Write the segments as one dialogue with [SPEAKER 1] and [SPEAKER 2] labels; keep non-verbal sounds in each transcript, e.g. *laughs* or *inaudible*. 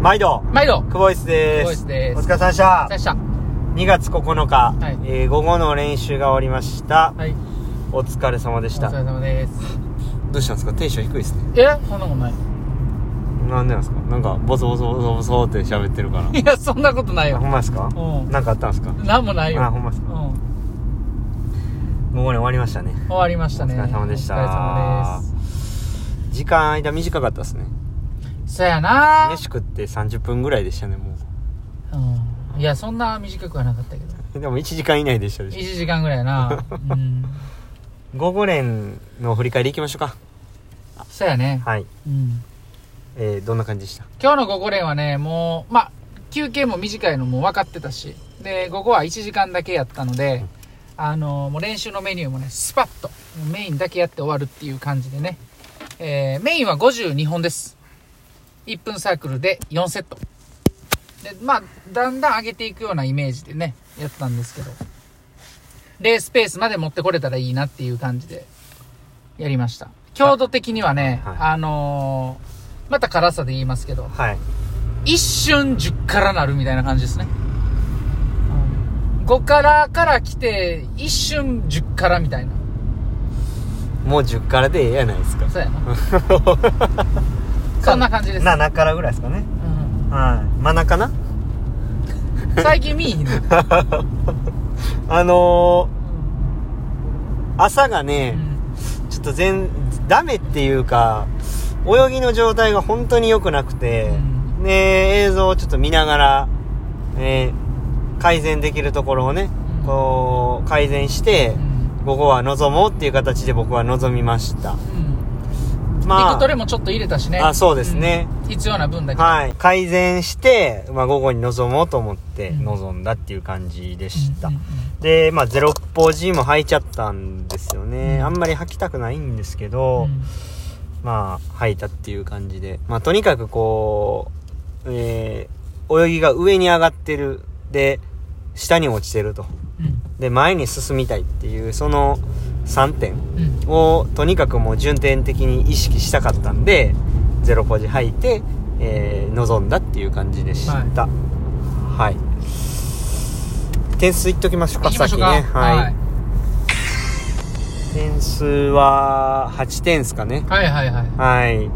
[SPEAKER 1] 毎度、
[SPEAKER 2] 毎度
[SPEAKER 1] 久保イスで
[SPEAKER 2] 久保井
[SPEAKER 1] す。
[SPEAKER 2] スです
[SPEAKER 1] お疲れ様でした
[SPEAKER 2] さ。した
[SPEAKER 1] 2月9日、
[SPEAKER 2] はい
[SPEAKER 1] えー午後の練習が終わりました。
[SPEAKER 2] はい
[SPEAKER 1] お疲れ様で
[SPEAKER 2] お
[SPEAKER 1] した。
[SPEAKER 2] 疲れ
[SPEAKER 1] ど
[SPEAKER 2] 様です
[SPEAKER 1] うしたんですかテンション低いですね。
[SPEAKER 2] えそんなことな
[SPEAKER 1] な
[SPEAKER 2] い
[SPEAKER 1] んでなんですかなんか、ボソボソボソボソって喋ってるから。
[SPEAKER 2] いやそんなことない
[SPEAKER 1] あほ
[SPEAKER 2] よ
[SPEAKER 1] んまですか
[SPEAKER 2] うん
[SPEAKER 1] なんかあったんですか
[SPEAKER 2] なんもないよ
[SPEAKER 1] あほんまっす
[SPEAKER 2] う
[SPEAKER 1] か
[SPEAKER 2] ん終
[SPEAKER 1] 午後に終わりましたね。
[SPEAKER 2] わりました
[SPEAKER 1] お
[SPEAKER 2] ね
[SPEAKER 1] 疲れ様でした。。
[SPEAKER 2] お疲れ様です
[SPEAKER 1] 時間間短かったですね。
[SPEAKER 2] すそやな
[SPEAKER 1] 飯食って30分ぐらいでしたね、も
[SPEAKER 2] うんいやそんな短くはなかったけど
[SPEAKER 1] *laughs* う。でも1時間以内でしたでしょ。
[SPEAKER 2] 1時間ぐらいや *laughs* なうん
[SPEAKER 1] 午後練の振り返りいきましょうか。
[SPEAKER 2] そやね
[SPEAKER 1] はい。
[SPEAKER 2] うん
[SPEAKER 1] えー、どんな感じでした
[SPEAKER 2] 今日の午後練はねもうまあ休憩も短いのも分かってたしで午後は1時間だけやったので、あのもう練習のメニューもねスパッとメインだけやって終わるっていう感じでね、えーメインは52本です1分サークルで4セットでまあだんだん上げていくようなイメージでねやったんですけどレースペースまで持ってこれたらいいなっていう感じでやりました強度的にはね、
[SPEAKER 1] はい
[SPEAKER 2] あのーまた辛さで言いますけど、
[SPEAKER 1] はい。
[SPEAKER 2] 一瞬10からなるみたいな感じですね。5からから来て、一瞬10からみたいな。
[SPEAKER 1] もう10からでええやないですか。
[SPEAKER 2] そうや
[SPEAKER 1] *laughs*
[SPEAKER 2] な。そんな感じです。
[SPEAKER 1] 7からぐらいですかね。
[SPEAKER 2] うん
[SPEAKER 1] はい。真中な
[SPEAKER 2] 最近見いひんの。
[SPEAKER 1] *laughs* あのー、朝がね、
[SPEAKER 2] うん
[SPEAKER 1] ちょっと全、ダメっていうか、泳ぎの状態が本当に良くなくて、
[SPEAKER 2] うん
[SPEAKER 1] ね、映像をちょっと見ながら、えー改善できるところをね、
[SPEAKER 2] うん
[SPEAKER 1] こう、改善して
[SPEAKER 2] う、ん
[SPEAKER 1] 午後は臨もうっていう形で僕は臨みました。
[SPEAKER 2] うん
[SPEAKER 1] ま
[SPEAKER 2] 陸トレもちょっと入れたしね。
[SPEAKER 1] あそうですね
[SPEAKER 2] うん。必要な分だけ。
[SPEAKER 1] はい、改善して、まあ、午後に臨もうと思って
[SPEAKER 2] うん
[SPEAKER 1] 臨んだっていう感じでした、
[SPEAKER 2] うんうん
[SPEAKER 1] で、まあ、ゼロッポジも履いちゃったんですよね、
[SPEAKER 2] うん
[SPEAKER 1] あんまり履きたくないんですけ
[SPEAKER 2] う
[SPEAKER 1] ど、
[SPEAKER 2] ん
[SPEAKER 1] まあ履いたっていう感じで、まあ、とにかくこう、えー泳ぎが上に上がってるで下に落ちてると
[SPEAKER 2] うん
[SPEAKER 1] で前に進みたいっていうその3点
[SPEAKER 2] うん
[SPEAKER 1] をとにかくもう順天的に意識したかったんでゼロポジ履いて、えー臨んだっていう感じでしたはい、点数いっときましょう
[SPEAKER 2] 行
[SPEAKER 1] か
[SPEAKER 2] きまし
[SPEAKER 1] 先
[SPEAKER 2] ょう
[SPEAKER 1] ね
[SPEAKER 2] か。
[SPEAKER 1] は
[SPEAKER 2] はいい、
[SPEAKER 1] 点数は8点ですかね
[SPEAKER 2] はいはいはい。
[SPEAKER 1] はい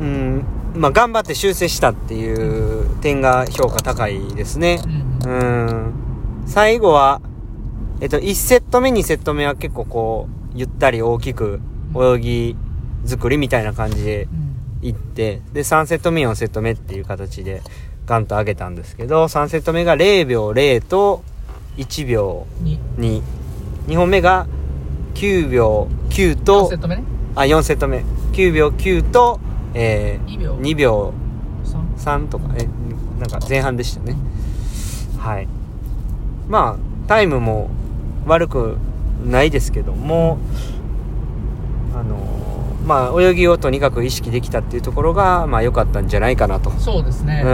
[SPEAKER 1] うんまあ頑張って修正したっていう点が評価高いですね
[SPEAKER 2] うん
[SPEAKER 1] うん最後は、えっと、1セット目、2セット目は結構こう、ゆったり大きく泳ぎ作りみたいな感じで
[SPEAKER 2] うん
[SPEAKER 1] 行って、で、3セット目、4セット目っていう形でガンと上げたんですけど、3セット目が0秒0と1秒
[SPEAKER 2] に
[SPEAKER 1] 2。2本目が9秒9
[SPEAKER 2] 4
[SPEAKER 1] と
[SPEAKER 2] セッ、ト目ね。
[SPEAKER 1] あ、4セット目。9秒9と、え
[SPEAKER 2] 2秒
[SPEAKER 1] ー、。2秒
[SPEAKER 2] 三
[SPEAKER 1] 3とかえなんか前半でしたねはいまあタイムも悪くないですけどもあのーまあ泳ぎをとにかく意識できたっていうところがまあ良かったんじゃないかなと
[SPEAKER 2] そうです
[SPEAKER 1] う
[SPEAKER 2] ね。
[SPEAKER 1] ー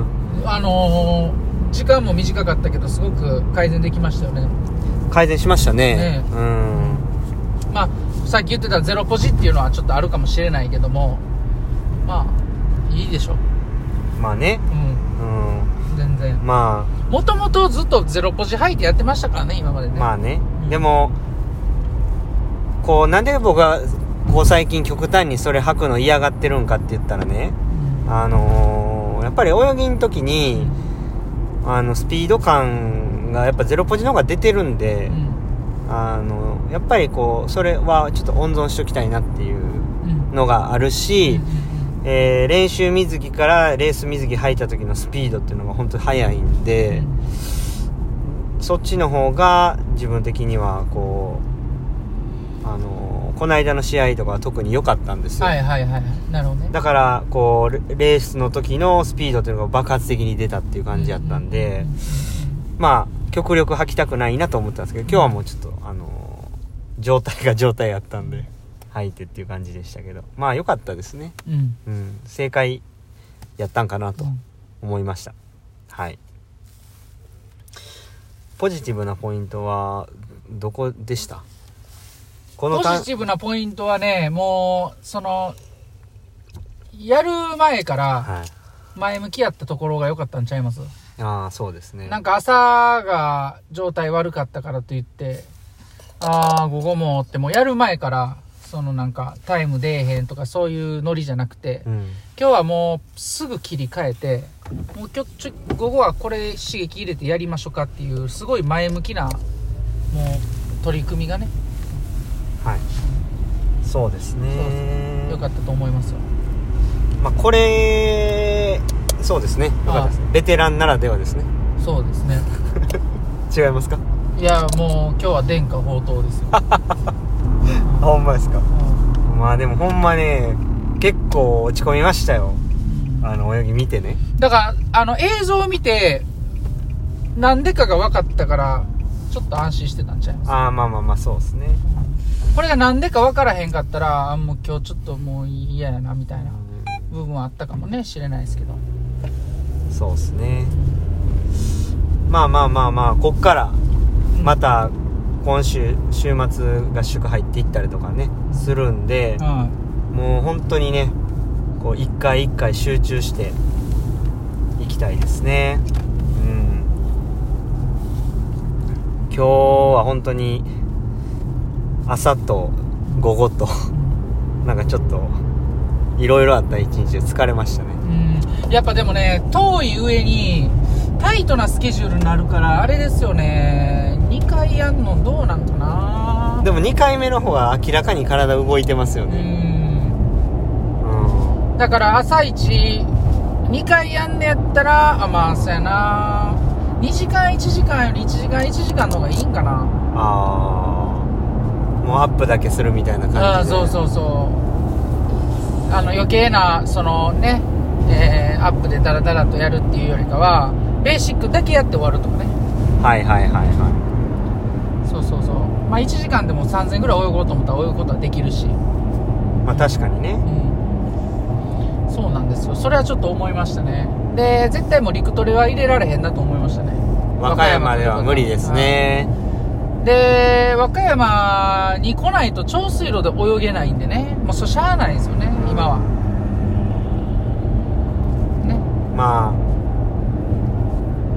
[SPEAKER 1] ん
[SPEAKER 2] あのー時間も短かったけどすごく改善できましたよね
[SPEAKER 1] 改善しましたね
[SPEAKER 2] ね
[SPEAKER 1] うーん
[SPEAKER 2] まあさっき言ってたゼロポジっていうのはちょっとあるかもしれないけどもまあいいでしょう
[SPEAKER 1] まあね
[SPEAKER 2] ん
[SPEAKER 1] うん
[SPEAKER 2] 全然
[SPEAKER 1] ま
[SPEAKER 2] もともとずっとゼロポジ履いてやってましたからね今まで
[SPEAKER 1] あ
[SPEAKER 2] ね
[SPEAKER 1] まあ
[SPEAKER 2] あ
[SPEAKER 1] ね
[SPEAKER 2] うん
[SPEAKER 1] でもこうなんで僕がこう最近極端にそれ吐くの嫌がってるんかって言ったらねあのーやっぱり泳ぎの時にあのスピード感がやっぱゼロポジの方が出てるんで、あのやっぱりこうそれはちょっと温存しときたいなっていうのがあるし、えー練習水着からレース水着履いた時のスピードっていうのが本当に速いんで、そっちの方が自分的にはこうあのーこの間の試合とかは特に良かったんですよ、
[SPEAKER 2] はいはいはいなるほどね
[SPEAKER 1] だからこうレレースの時のスピードというのが爆発的に出たっていう感じやったんで、まあ極力履きたくないなと思ったんですけど今日はもうちょっとあのー状態が状態やったんで履いてっていう感じでしたけどまあ良かったですね、
[SPEAKER 2] うん
[SPEAKER 1] うん、正解やったんかなと
[SPEAKER 2] うん
[SPEAKER 1] 思いました、はいポジティブなポイントはどこでしたこの
[SPEAKER 2] ポ
[SPEAKER 1] た
[SPEAKER 2] ジティブなポイントはねもうそのやる前から
[SPEAKER 1] はい。
[SPEAKER 2] 前向きやったところが良かったんちゃいます、
[SPEAKER 1] ああ、そうですね。
[SPEAKER 2] なんか朝が状態悪かったからといって、ああ、午後もって、もうやる前から、そのなんかタイム出えへんとかそういうノリじゃなくて、
[SPEAKER 1] うん。
[SPEAKER 2] 今日はもうすぐ切り替えて、もう今日ちょ、午後はこれ刺激入れてやりましょうかっていう、すごい前向きな、もう取り組みがね、
[SPEAKER 1] はい。そうです
[SPEAKER 2] そう
[SPEAKER 1] ね。
[SPEAKER 2] 良かったと思いますよ。
[SPEAKER 1] まあ、これ、そうですね。よかったですね。ベテランならではですね。
[SPEAKER 2] そうですね。
[SPEAKER 1] 違いますか
[SPEAKER 2] いや、もう今日は殿下宝
[SPEAKER 1] *laughs*
[SPEAKER 2] 刀ですよ。
[SPEAKER 1] あ、ほんまですか。
[SPEAKER 2] う
[SPEAKER 1] まあでもほんまね、結構落ち込みましたよ。
[SPEAKER 2] ん
[SPEAKER 1] あの、泳ぎ見てね。
[SPEAKER 2] だから、あの、映像を見て、なんでかが分かったから、ちょっと安心してたんちゃいます
[SPEAKER 1] ああ、まあまあまあ、そうですね。
[SPEAKER 2] これがなんでか分からへんかったら、あもう今日ちょっともう嫌やな、みたいな部分はあったかもね、知れないですけど。
[SPEAKER 1] そうですね。まあまあまあまあ、こっから、また、今週、週末合宿入っていったりとかね、するんで、
[SPEAKER 2] は
[SPEAKER 1] もう本当にね、こう、一回一回集中して、いきたいですね。うん。今日は本当に、朝と午後と、 *laughs*
[SPEAKER 2] い。うん
[SPEAKER 1] なんかちょっと、いろいろあった一日で疲れましたね。
[SPEAKER 2] うん。やっぱでもね、遠い上に、タイトなスケジュールになるから、あれですよね、2回やんのどうなんかな
[SPEAKER 1] でも2回目の方は明らかに体動いてますよ
[SPEAKER 2] う
[SPEAKER 1] ね。
[SPEAKER 2] ん。
[SPEAKER 1] うん。
[SPEAKER 2] だから朝一2回やんねやったらあまあそうやな2時間1時間より1時間1時間の方がいいんかな
[SPEAKER 1] あー。もうアップだけするみたいな感じで。
[SPEAKER 2] ああそうそうそうあの余計なそのね、えーアップでダラダラとやるっていうよりかはベーシックだけやって終わるとかね
[SPEAKER 1] はいはいはいは
[SPEAKER 2] そうそうそうまあ1時間でも3000ぐらい泳ごうと思ったら泳ぐことはできるしう
[SPEAKER 1] い。まあ確かにね。
[SPEAKER 2] んそうなんですよそれはちょっと思いましたねで絶対もう陸トレは入れられへんなと思いましたね
[SPEAKER 1] 和歌山では無理ですね。
[SPEAKER 2] で和歌山に来ないと長水路で泳げないんでねもうそれしゃあないですよね今はね
[SPEAKER 1] ま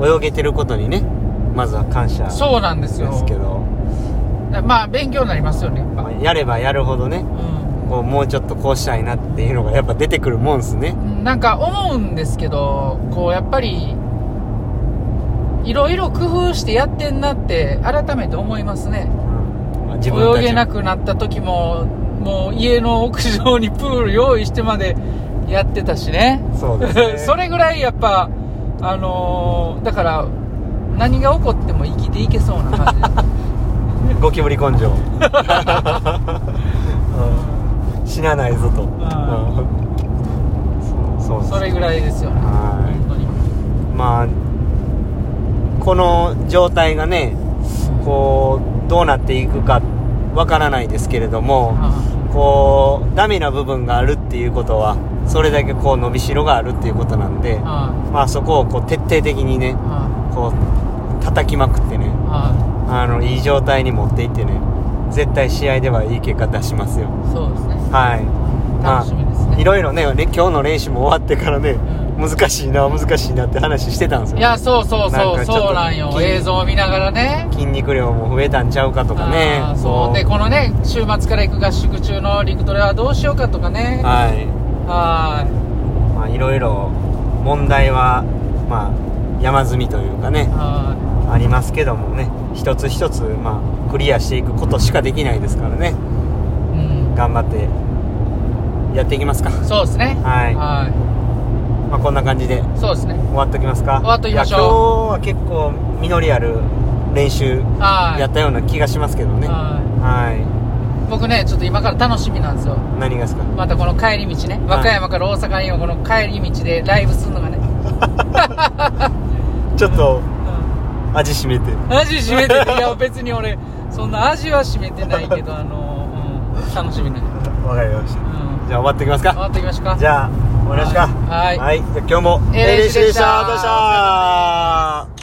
[SPEAKER 1] あ、泳げてることにね、まずは感謝です
[SPEAKER 2] そうなんですよ
[SPEAKER 1] けど、
[SPEAKER 2] だまあ勉強になりますよねやっぱ、
[SPEAKER 1] まあやればやるほどね、こうもうちょっとこうしたいなっていうのがやっぱ出てくるもんですね。
[SPEAKER 2] うんなんか思うんですけどこうやっぱりいろいろ工夫してやってんなって改めて思いますね
[SPEAKER 1] まあ自分た
[SPEAKER 2] 泳
[SPEAKER 1] ち
[SPEAKER 2] げな
[SPEAKER 1] も
[SPEAKER 2] くなった時ももう家の屋上にプール用意してまでやってたしね。
[SPEAKER 1] そうですね
[SPEAKER 2] *laughs* それぐらいやっぱあのーだから何が起こっても生きていけそうな感
[SPEAKER 1] ゴキブリ根性うん死なないぞと、うんそうそう
[SPEAKER 2] じ
[SPEAKER 1] *laughs* です
[SPEAKER 2] それぐらいですよね
[SPEAKER 1] は
[SPEAKER 2] 本当に
[SPEAKER 1] いまあこの状態がねこうどうなっていくかわからないですけれども
[SPEAKER 2] あ
[SPEAKER 1] こうダメな部分があるっていうことはそれだけこう伸びしろがあるっていうことなんで
[SPEAKER 2] ああ
[SPEAKER 1] まあそこをこう徹底的にね
[SPEAKER 2] あ
[SPEAKER 1] こう叩きまくってね
[SPEAKER 2] あ
[SPEAKER 1] あのいい状態に持っていってね絶対試合ではいい結果出しますよ
[SPEAKER 2] あそうですね
[SPEAKER 1] は
[SPEAKER 2] 楽しみです
[SPEAKER 1] いい
[SPEAKER 2] ね
[SPEAKER 1] ろいろねれ今日の練習も終わってからね難しいな難しいなって話してたんです
[SPEAKER 2] い
[SPEAKER 1] よ
[SPEAKER 2] やそうそう
[SPEAKER 1] なん
[SPEAKER 2] そう
[SPEAKER 1] かちょっと
[SPEAKER 2] そうなんよ
[SPEAKER 1] き
[SPEAKER 2] 映像を見ながらね
[SPEAKER 1] 筋肉量も増えたんちゃうかとかね
[SPEAKER 2] ああそうでこのね週末から行く合宿中の陸トレはどうしようかとかね
[SPEAKER 1] はい
[SPEAKER 2] は
[SPEAKER 1] まあいろいろ問題はまあ山積みというか
[SPEAKER 2] い
[SPEAKER 1] ね
[SPEAKER 2] は
[SPEAKER 1] ありますけどもね一つ一つまあクリアしていくことしかできないですからね
[SPEAKER 2] いうん
[SPEAKER 1] 頑張ってやっていきますか
[SPEAKER 2] そうですね
[SPEAKER 1] はい
[SPEAKER 2] は
[SPEAKER 1] まあこんな感じで
[SPEAKER 2] いそうですね
[SPEAKER 1] 終わっときますか
[SPEAKER 2] 終わっときましょう
[SPEAKER 1] いや今日は結構実りある練習
[SPEAKER 2] はい
[SPEAKER 1] やったような気がしますけどねは
[SPEAKER 2] はい
[SPEAKER 1] い
[SPEAKER 2] 僕ねちょっと今から楽しみなんですよ
[SPEAKER 1] 何がですか
[SPEAKER 2] またこの帰り道ね和歌山から大阪にはこの帰り道でライブするのがね、
[SPEAKER 1] ちょっと
[SPEAKER 2] うん、
[SPEAKER 1] 味しめて
[SPEAKER 2] 味締めてるいや別に俺そんな味は締めてないけどあの、うん、楽しみね、うん、
[SPEAKER 1] わかりましたじ
[SPEAKER 2] 終
[SPEAKER 1] ゃあ終わってきます
[SPEAKER 2] わ
[SPEAKER 1] か
[SPEAKER 2] っていきましょうか
[SPEAKER 1] じゃあ終わりますか
[SPEAKER 2] はい
[SPEAKER 1] はいじゃあ今日も LHC
[SPEAKER 2] えー
[SPEAKER 1] でした
[SPEAKER 2] でした
[SPEAKER 1] どうした